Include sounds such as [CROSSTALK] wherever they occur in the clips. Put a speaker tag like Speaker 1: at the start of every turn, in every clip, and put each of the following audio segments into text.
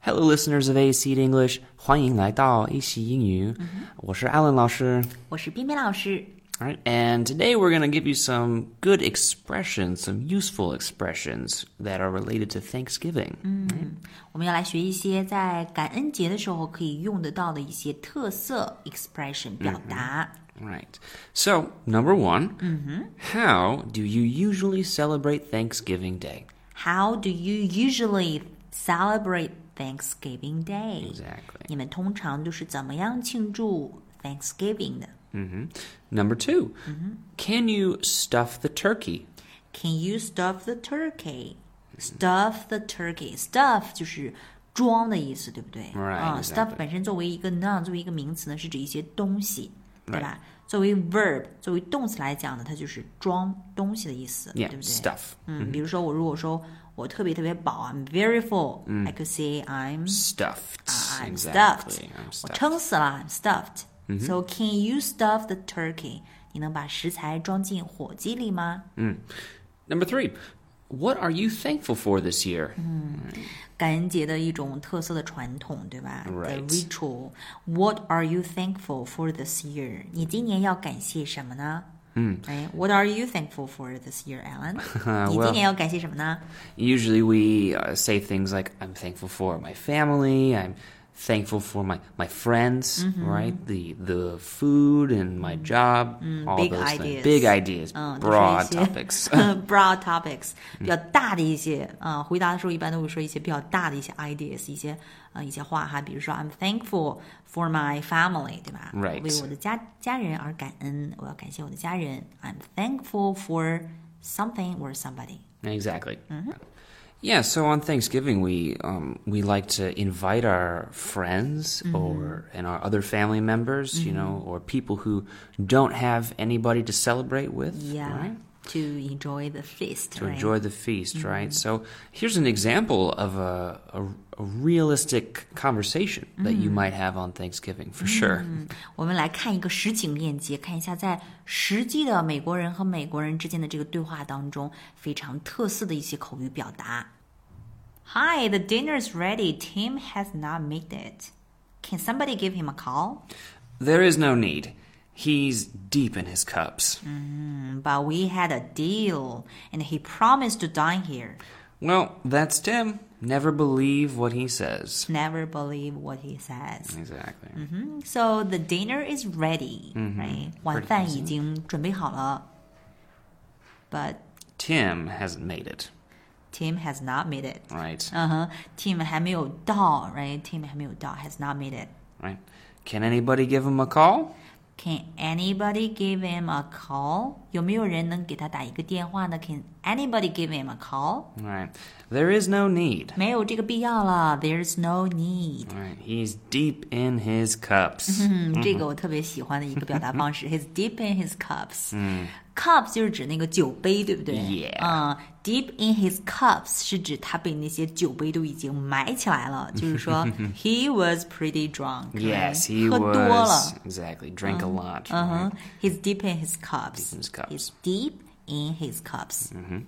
Speaker 1: Hello, listeners of A Seed English，欢迎来到 A 席英语。
Speaker 2: Mm-hmm.
Speaker 1: 我是 Alan 老师。
Speaker 2: 我是边边老师。
Speaker 1: All right, and today we're going to give you some good expressions, some useful expressions that are related to Thanksgiving.
Speaker 2: Mm. 我们要来学一些在感恩节的时候可以用得到的一些特色 expression 表达。
Speaker 1: All right. So, number one,
Speaker 2: Mm-hmm.
Speaker 1: how do you usually celebrate Thanksgiving Day?
Speaker 2: How do you usually celebrate Thanksgiving Day？
Speaker 1: Exactly.
Speaker 2: 你们通常都是怎么样庆祝 Thanksgiving 的
Speaker 1: Number 2
Speaker 2: Mm-hmm.
Speaker 1: can you stuff the turkey?
Speaker 2: ？Can you stuff the turkey? Stuff the turkey. Stuff 就是装的意思，对不对？
Speaker 1: Right,
Speaker 2: 啊
Speaker 1: exactly.
Speaker 2: ，stuff 本身作为一个 noun，作为一个名词呢，是指一些东西，对吧？作为 verb，作为动词来讲呢，它就是装东西的意思
Speaker 1: Yeah,
Speaker 2: 对不对
Speaker 1: stuff.
Speaker 2: 嗯，比如说我如果说我特别特别饱，I'm very full，I、could say I'm uh,
Speaker 1: Stuffed.
Speaker 2: I'm
Speaker 1: 嗯 exactly.
Speaker 2: stuffed，
Speaker 1: I'm
Speaker 2: 我
Speaker 1: stuffed. 嗯
Speaker 2: 撑死了，I'm stuffed。So can you stuff the turkey？你能把食材装进火鸡里吗？
Speaker 1: Number 3, what are you thankful for this year?
Speaker 2: Mm-hmm. 感恩节的一种特色的传统，对吧
Speaker 1: Right.
Speaker 2: The ritual. What are you thankful for this year？你今年要感谢什么呢？嗯，哎，What are you thankful for this year, [LAUGHS] Alan？你今年要感谢什么呢？
Speaker 1: Usually we uh, say things like, I'm thankful for my family, I'm thankful for my, my friends,
Speaker 2: Mm-hmm.
Speaker 1: right? The the food and my job, all
Speaker 2: Mm-hmm. big
Speaker 1: those
Speaker 2: ideas. Oh,
Speaker 1: things. Big ideas,
Speaker 2: 嗯，都是
Speaker 1: broad
Speaker 2: 一些 [LAUGHS] 嗯
Speaker 1: topics. [LAUGHS] 嗯
Speaker 2: broad topics 比较大的一些啊、呃回答的时候一般都会说一些比较大的一些 ideas，一些呃一些话哈，比如说 I'm thankful for my family，对吧
Speaker 1: Right.
Speaker 2: 为我的家家人而感恩，我要感谢我的家人。I'm thankful for something or somebody。
Speaker 1: Exactly.
Speaker 2: Mm-hmm.
Speaker 1: Yeah, so on Thanksgiving we um, we like to invite our friends
Speaker 2: Mm-hmm.
Speaker 1: or and our other family members, you know, or people who don't have anybody to celebrate with,
Speaker 2: Yeah,
Speaker 1: right?
Speaker 2: to enjoy the feast.
Speaker 1: To enjoy the feast, right? So here's an example of a, a, a realistic conversation that you might have on Thanksgiving for sure.
Speaker 2: 我们来看一个实景链接，看一下在实际的美国人和美国人之间的这个对话当中非常特色的一些口语表达。Hi, the dinner's ready. Tim has not made it. Can somebody give him a call?
Speaker 1: There is no need. He's deep in his cups.
Speaker 2: Mm, But we had a deal, and he promised to dine here.
Speaker 1: Well, that's Tim. Never believe what he says.
Speaker 2: Never believe what he says. Mm,
Speaker 1: Exactly.
Speaker 2: Mm-hmm. So the dinner is ready, right? 晚饭已经准备好了。But
Speaker 1: Tim hasn't made it,
Speaker 2: Tim has not made it.
Speaker 1: right?
Speaker 2: 嗯哼，team 还没有到，right？team 还没有到，has not made it。
Speaker 1: Right. Can anybody give him a call?
Speaker 2: Can anybody give him a call？有没有人能给他打一个电话呢？Can anybody give him a call？
Speaker 1: Right. There is no need.
Speaker 2: 没有这个必要了，There's no need。
Speaker 1: Right. He's deep in his cups.
Speaker 2: 嗯，这个我特别喜欢的一个表达方式
Speaker 1: [LAUGHS]
Speaker 2: ，He's deep in his cups。嗯，cups 就是指那个酒杯，对不对
Speaker 1: Yeah
Speaker 2: 嗯，deep in his cups 是指他被那些酒杯都已经埋起来了，就
Speaker 1: [LAUGHS]
Speaker 2: 是说 he was pretty drunk。
Speaker 1: yes, he
Speaker 2: 喝多了。
Speaker 1: was. Exactly. Drank a lot. right?
Speaker 2: Uh huh. He's deep in his cups.
Speaker 1: in his cups.
Speaker 2: He's deep in his cups. Mm.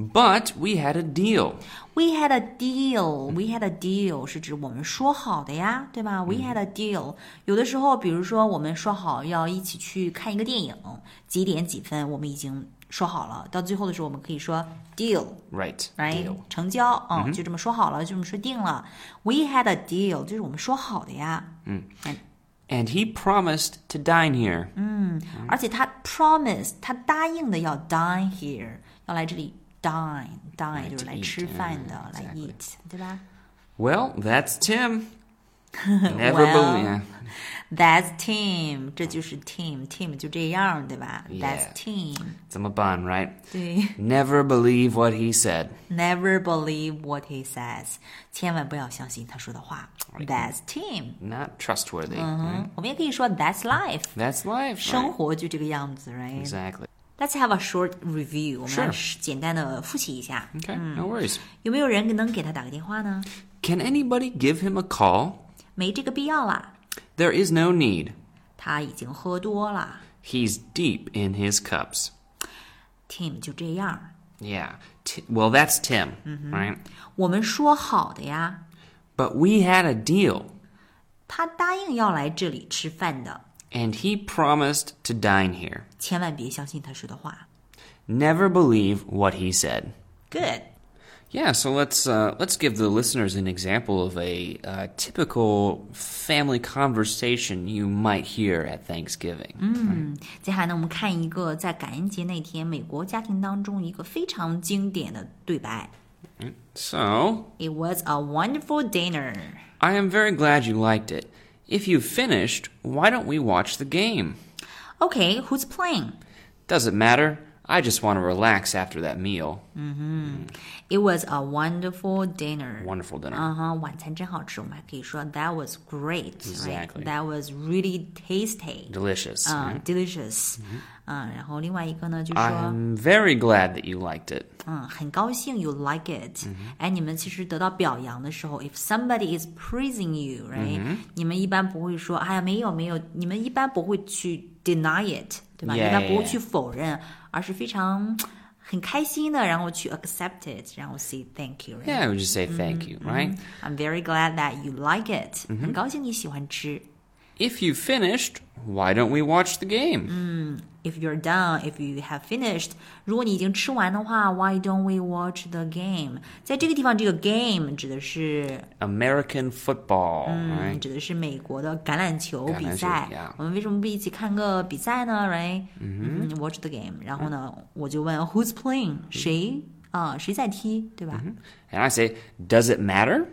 Speaker 1: But we had a deal.
Speaker 2: We had a deal. We had a deal 是指我们说好的呀，对吧？We had a deal. 有的时候，比如说我们说好要一起去看一个电影，几点几分，我们已经说好了。到最后的时候，我们可以说 deal。
Speaker 1: Right.
Speaker 2: right
Speaker 1: Deal.
Speaker 2: 成交，嗯，就这么说好了，就这么说定了。We had a deal，就是我们说好的呀。嗯
Speaker 1: And he promised to dine here.
Speaker 2: Mm. 而且他 promise 他答应的要 dine here，要来这里 dine dine 就是来
Speaker 1: eat，
Speaker 2: 吃饭的
Speaker 1: 嗯，
Speaker 2: 来
Speaker 1: exactly
Speaker 2: eat，对吧
Speaker 1: Well, that's
Speaker 2: [LAUGHS]
Speaker 1: Tim. Never
Speaker 2: Well.
Speaker 1: believe. yeah.
Speaker 2: ？That's team，这就是 team，team 就这样，对吧
Speaker 1: Yeah
Speaker 2: ？That's team，
Speaker 1: It's a bun, right?
Speaker 2: 对
Speaker 1: Never believe what he said.
Speaker 2: ，Never believe what he says，千万不要相信他说的话。That's team，
Speaker 1: Not trustworthy.
Speaker 2: 嗯，我们也可以说 That's life，
Speaker 1: That's life.
Speaker 2: 生
Speaker 1: Right?
Speaker 2: 活就这个样子，right？Let's
Speaker 1: Exactly.
Speaker 2: have a short review，我们来
Speaker 1: Sure 嗯
Speaker 2: 简单的复习一下。
Speaker 1: Okay, no worries.
Speaker 2: 有没有人能给他打个电话呢？
Speaker 1: Can anybody give him a call?
Speaker 2: 没这个必要啦。
Speaker 1: There is no need.
Speaker 2: 他已经喝多了。
Speaker 1: He's deep in his cups.
Speaker 2: Tim 就这样，Mm-hmm.
Speaker 1: Yeah. Ti- well, that's Tim, right?
Speaker 2: 我们说好的呀。
Speaker 1: But we had a deal,
Speaker 2: 他答应要来这里吃饭的，
Speaker 1: and he promised to dine here.
Speaker 2: 千万别相信他说的话。
Speaker 1: Never believe what he said.
Speaker 2: Good，
Speaker 1: Yeah, so let's uh, let's give the listeners an example of a uh, typical family conversation you might hear at Thanksgiving.
Speaker 2: 接下来呢，我们看一个在感恩节那天美国家庭当中一个非常经典的对白。
Speaker 1: So
Speaker 2: It was a wonderful dinner。
Speaker 1: I am very glad you liked it. If you've finished, why don't we watch the game?
Speaker 2: Okay, who's playing?
Speaker 1: Doesn't matter. I just want to relax after that meal.
Speaker 2: It was a wonderful dinner.
Speaker 1: Wonderful dinner.
Speaker 2: 嗯哼，晚餐真好吃，我们还可以说 That was great. right?
Speaker 1: Exactly.
Speaker 2: That was really tasty.
Speaker 1: Delicious.
Speaker 2: 嗯、d e l i c i o u s 嗯、然后另外一个呢，就说
Speaker 1: I'm very glad that you liked it.
Speaker 2: 嗯，很高兴 you like it。哎，你们其实得到表扬的时候，if somebody is praising you，right？、你们一般不会说，哎呀，没有没有，你们一般不会去 deny it，对吧？
Speaker 1: Yeah,
Speaker 2: 你一般不
Speaker 1: yeah,
Speaker 2: 会
Speaker 1: yeah.
Speaker 2: 去否认，而是非常很开心的，然后去 accept it，然后 say thank you，right？
Speaker 1: Yeah, I would just say thank you, right?
Speaker 2: I'm very glad that you like it. 很高兴你喜欢吃。
Speaker 1: If you've finished, why don't we watch the game?
Speaker 2: If you're done, if you have finished，如果你已经吃完的话，Why don't we watch the game？在这个地方，这个 game 指的是
Speaker 1: American football,
Speaker 2: 嗯
Speaker 1: right?
Speaker 2: 指的是美国的橄榄球
Speaker 1: 橄榄球
Speaker 2: 比赛
Speaker 1: yeah。
Speaker 2: 我们为什么不一起看个比赛呢？Right？嗯，watch the game。然后呢，我就问 Who's
Speaker 1: 嗯
Speaker 2: playing？谁啊？谁在踢？对吧？
Speaker 1: And I say, does it matter?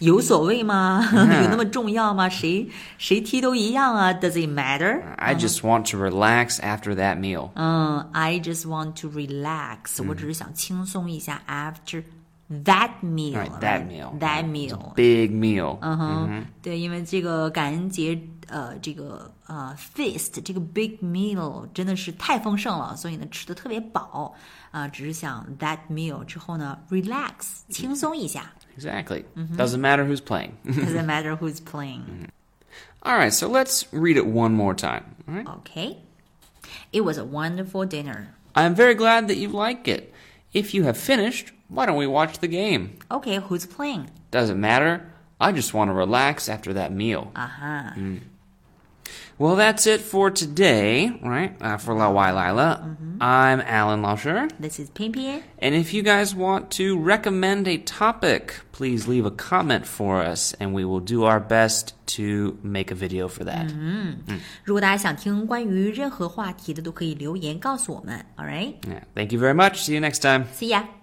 Speaker 2: 有所谓吗？ [LAUGHS] 有那么重要
Speaker 1: 嗯
Speaker 2: 吗？谁谁踢都一样啊？Does it matter？
Speaker 1: I just want to relax after that meal.
Speaker 2: 嗯，I just want to relax，、我只是想轻松一下 after that meal，
Speaker 1: Right, that meal,
Speaker 2: that
Speaker 1: right.
Speaker 2: meal，
Speaker 1: Big meal.
Speaker 2: 嗯哼，对，因为这个感恩节，呃，这个呃 feast 这个 big meal 真的是太丰盛了，所以呢吃的特别饱，啊、只是想 that meal 之后呢 relax 轻松一 [LAUGHS] 下
Speaker 1: Exactly. Doesn't matter who's playing. [LAUGHS]
Speaker 2: ，doesn't matter who's playing。
Speaker 1: All right, so let's read it one more time. All right.
Speaker 2: OK，it、was a wonderful dinner。
Speaker 1: I'm very glad that you like it. If you have finished, why don't we watch the game?
Speaker 2: OK，who's、playing？
Speaker 1: Doesn't matter. I just want to relax after that meal.
Speaker 2: 啊哈。
Speaker 1: Well, that's it for today, right? Uh, for La Wai Lila. I'm Alan Lauscher.
Speaker 2: This is 偏偏。
Speaker 1: And if you guys want to recommend a topic, please leave a comment for us, and we will do our best to make a video for that.
Speaker 2: 如果大家想听关于任何话题的，都可以留言告诉我们。All right,
Speaker 1: Yeah. Thank you very much. See you next time.
Speaker 2: see ya.